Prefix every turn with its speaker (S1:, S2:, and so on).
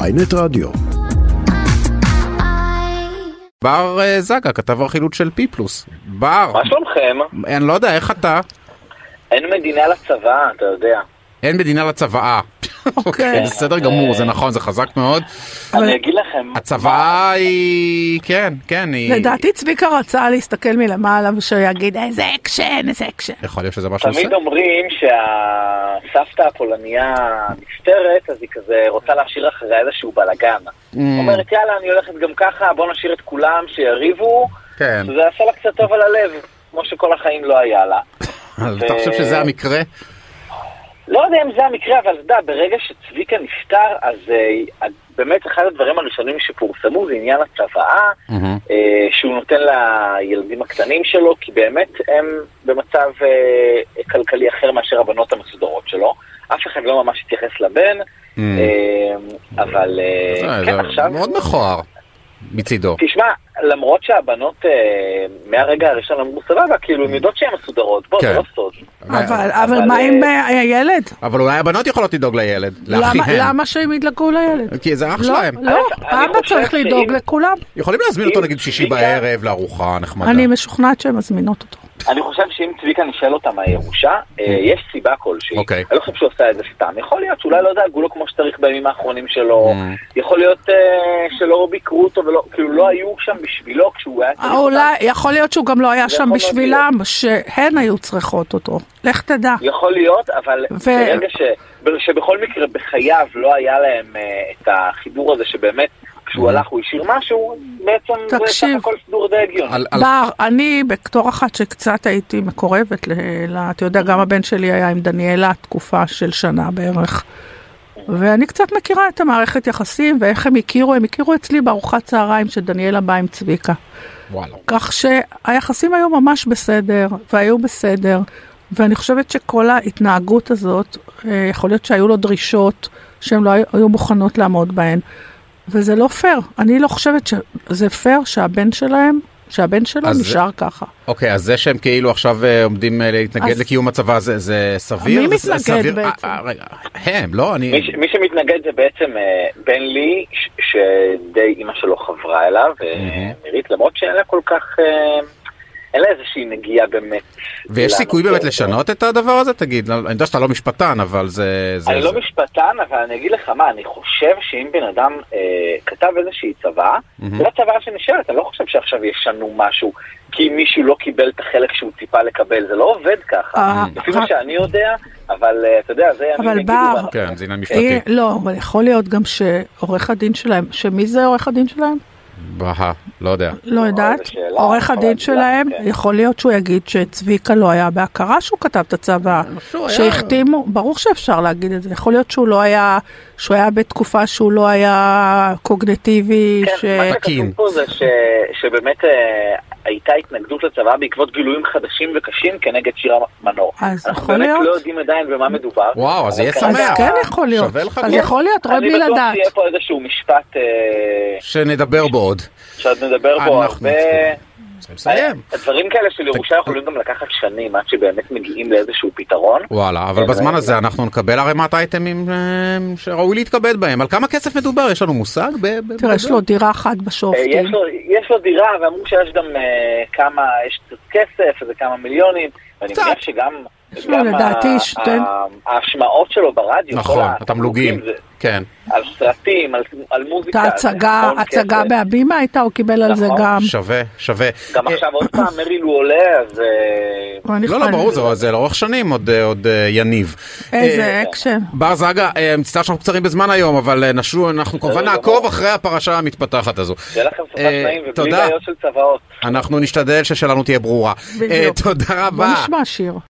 S1: ויינט רדיו.
S2: בר אה, זגה, כתב הרכילות של פי פלוס. בר,
S3: מה שלומכם?
S2: אני לא יודע, איך אתה?
S3: אין מדינה לצבא, אתה יודע.
S2: אין מדינה לצבאה. אוקיי, בסדר גמור,
S3: אה.
S2: זה נכון, זה חזק מאוד.
S3: אני אגיד לכם...
S2: הצבאה היא... כן, כן, היא...
S4: לדעתי צביקה רצה להסתכל מלמעלה ושיגיד איזה אקשן, איזה אקשן.
S2: יכול להיות שזה מה שהוא עושה?
S3: תמיד אומרים שהסבתא הפולניה נפטרת, אז היא כזה רוצה להשאיר אחריה איזשהו בלאגן.
S2: Mm.
S3: אומרת, יאללה, אני הולכת גם ככה, בוא נשאיר את כולם, שיריבו.
S2: כן.
S3: זה עשה לה קצת טוב על הלב, כמו שכל החיים לא היה לה.
S2: אז אתה חושב
S3: אה,
S2: שזה המקרה?
S3: לא יודע אם זה המקרה, אבל אתה יודע, ברגע שצביקה נפטר, אז אה, באמת אחד הדברים הראשונים שפורסמו זה עניין הצוואה, אה, שהוא נותן לילדים הקטנים שלו, כי באמת הם במצב אה, כלכלי אחר מאשר הבנות המסודרות שלו. אף אחד לא ממש התייחס לבן, אה, אבל אה,
S2: Mm, זה-
S3: כן,
S2: זה
S3: עכשיו...
S2: מאוד נכון. מכוער מצידו.
S3: תשמע, למרות שהבנות אה, מהרגע הראשון אמרו סבבה, כאילו, הן יודעות שהן מסודרות, בוא,
S2: Mm. כן.
S3: זה לא סוד.
S4: אבל
S3: אבל,
S4: אבל מה עם
S3: אה,
S4: אה, הילד?
S2: אבל אולי הבנות יכולות לדאוג לילד,
S4: למה-
S2: לאחיהם.
S4: למה שהם ידלקו לילד?
S2: כי זה אה, אח
S4: לא,
S2: שלהם.
S4: לא,
S3: אני
S4: אבא
S3: חושב
S4: צריך לדאוג
S3: שאם-
S4: לכולם.
S2: יכולים להזמין אותו
S3: אם
S2: נגיד שישי
S3: צביקה-
S2: בערב לארוחה נחמדה.
S4: אני משוכנעת שהן מזמינות אותו.
S3: אני חושב שאם צביקה נשאל אותם הירושה, אה, יש סיבה כלשהי.
S2: Mm. אוקיי.
S3: אני לא חושב שהוא עשה את זה סתם. יכול להיות שאולי לא דאגו לו כמו שצריך בימים האחרונים שלו,
S2: Mm.
S3: יכול להיות אה, שלא ביקרו אותו, ולא- כאילו לא היו שם בשבילו כשהוא היה צריך
S4: אה, אולי,
S3: אותם.
S4: יכול להיות שהוא גם לא היה
S3: זה
S4: שם
S3: יכול
S4: בשבילם, שהן היו צריכות אותו. לך תדע.
S3: יכול להיות, אבל
S4: ו-
S3: ברגע ש... שבכל מקרה בחייו לא היה להם אה, את החיבור הזה שבאמת
S2: אוקיי.
S3: כשהוא הלך הוא השאיר משהו, בעצם זה סך
S4: תקשיב.
S3: הכל סידור די הגיוני.
S2: על- על-
S4: בר, אני בתור אחת שקצת הייתי מקורבת, ל- ל- אתה יודע, גם הבן שלי היה עם דניאלה תקופה של שנה בערך. ואני קצת מכירה את המערכת יחסים ואיך הם הכירו, הם הכירו אצלי בארוחת צהריים שדניאלה באה עם צביקה.
S2: וואלה.
S4: כך שהיחסים היו ממש בסדר, והיו בסדר, ואני חושבת שכל ההתנהגות הזאת, אה, יכול להיות שהיו לו דרישות שהן לא היו- היו מוכנות לעמוד בהן, וזה לא פייר. אני לא חושבת שזה פייר שהבן שלהם, שהבן שלו
S2: אז-
S4: נשאר ככה.
S2: אוקיי, אז זה שהם כאילו עכשיו אה, עומדים אה, להתנגד
S4: אז-
S2: לקיום הצבא זה- זה סביר?
S4: מי
S2: זה- זה
S4: מתנגד
S2: סביר? אה,
S4: בעצם?
S2: אה, רגע, הם, לא?
S3: מי,
S2: אני...
S3: ש- מי שמתנגד זה בעצם אה, בן לי, ש- שדי אימא שלו חברה אליו, אה, נירית, למרות שאין לה כל כך, אה, אין לה איזושהי נגיעה באמת.
S2: ויש
S3: לנושא
S2: סיכוי באמת
S3: הזה.
S2: לשנות את הדבר הזה? תגיד, לא- אני יודע שאתה לא משפטן, אבל זה... זה-
S3: אני לא
S2: זה-
S3: משפטן, אבל אני אגיד לך מה, אני חושב שאם בן אדם אה, כתב איזושהי צוואה, זו הצוואה שנשארת, אני לא חושב שעכשיו ישנו משהו, כי מישהו לא קיבל את החלק שהוא ציפה לקבל, זה לא עובד ככה,
S4: אה,
S3: לפי מה
S4: אה.
S3: שאני יודע, אבל אה, אתה יודע, זה ימים
S4: אבל
S3: יגידו,
S4: בר-
S3: ואנחנו-
S2: כן, זה עניין משפטי.
S4: אה, לא, אבל יכול להיות גם שעורך הדין שלהם, שמי זה עורך הדין שלהם?
S2: בהה, לא יודע.
S4: לא יודעת.
S3: איזו שאלה,
S4: עורך
S3: אבל
S4: הדין
S3: את יודעת,
S4: שלהם,
S3: כן.
S4: יכול להיות שהוא יגיד שצביקה לא היה בהכרה שהוא כתב את הצוואה.
S2: שהוא היה-
S4: שהחתימו, ברור שאפשר להגיד את זה. יכול להיות שהוא לא היה, שהוא היה בתקופה שהוא לא היה קוגנטיבי, ש...
S3: כן, מה
S2: תקין.
S3: שכתוב פה זה ש, שבאמת אה, הייתה התנגדות לצבא בעקבות גילויים חדשים וקשים כנגד שירה מנור.
S4: אז
S3: אנחנו
S4: יכול
S3: באמת
S4: להיות.
S3: לא יודעים עדיין במה מדובר.
S2: וואו, אז
S3: אבל
S2: יהיה
S3: כרגע-
S4: אז
S2: שמח.
S4: כן יכול להיות.
S2: שווה לך
S4: אז
S2: גם.
S4: יכול להיות, רואה בלי
S3: אני בטוח
S4: לדעת.
S3: שיהיה פה איזשהו משפט אה,
S2: שנדבר בו עוד.
S3: שאת נדבר בו
S2: אנחנו
S3: הרבה.
S2: צריכים לסיים.
S3: דברים כאלה של ירושה יכולים גם לקחת שנים עד שבאמת מגיעים לאיזשהו פתרון.
S2: וואלה, אבל
S3: כן,
S2: בזמן
S3: רגע.
S2: הזה אנחנו נקבל ערימת אייטמים אה, שראוי להתכבד בהם. על כמה כסף מדובר? יש לנו מושג? ב- ב-
S4: תראה, יש
S2: בגדול?
S4: לו דירה אחת
S3: אה,
S2: כן.
S4: בשופטים.
S3: יש לו- יש לו דירה, ואמרו שיש גם אה, כמה, יש קצת כסף, איזה כמה מיליונים, ואני
S2: קצת.
S3: מניח שגם...
S4: יש לו
S3: גם
S4: לדעתי
S3: ה-
S4: שתי-
S3: ה- ההשמעות שלו ברדיו, כל
S2: נכון,
S3: ה-
S2: התמלוגים.
S3: זה-
S2: כן.
S3: על סרטים, על, על מוזיקה. נכון,
S4: הייתה הצגה,
S3: על
S4: הצגה
S3: כסף.
S4: בהבימה הייתה, הוא קיבל על זה
S3: כן, נכון.
S4: גם.
S2: שווה, שווה.
S3: גם
S2: אה,
S3: עכשיו עוד פעם מריל הוא עולה, אז... אה,
S4: אני-
S2: לא, לא, ברור, זה- זה לאורך שנים עוד, אה, עוד אה, יניב.
S4: איזה
S2: אה,
S4: אקשן.
S2: בר זגה, אה, מצטער שאנחנו קצרים בזמן היום, אבל אה, נשו, אנחנו כמובן
S3: בסדר
S2: נעקוב
S3: גמור.
S2: אחרי הפרשה המתפתחת הזו.
S3: שיהיה לכם סופת
S2: אה,
S3: נעים ובלי
S2: תודה.
S3: בעיות של צוואות.
S2: אנחנו נשתדל ששלנו תהיה ברורה. אה,
S4: בדיוק.
S2: תודה
S4: בוא
S2: רבה.
S4: נשמע שיר.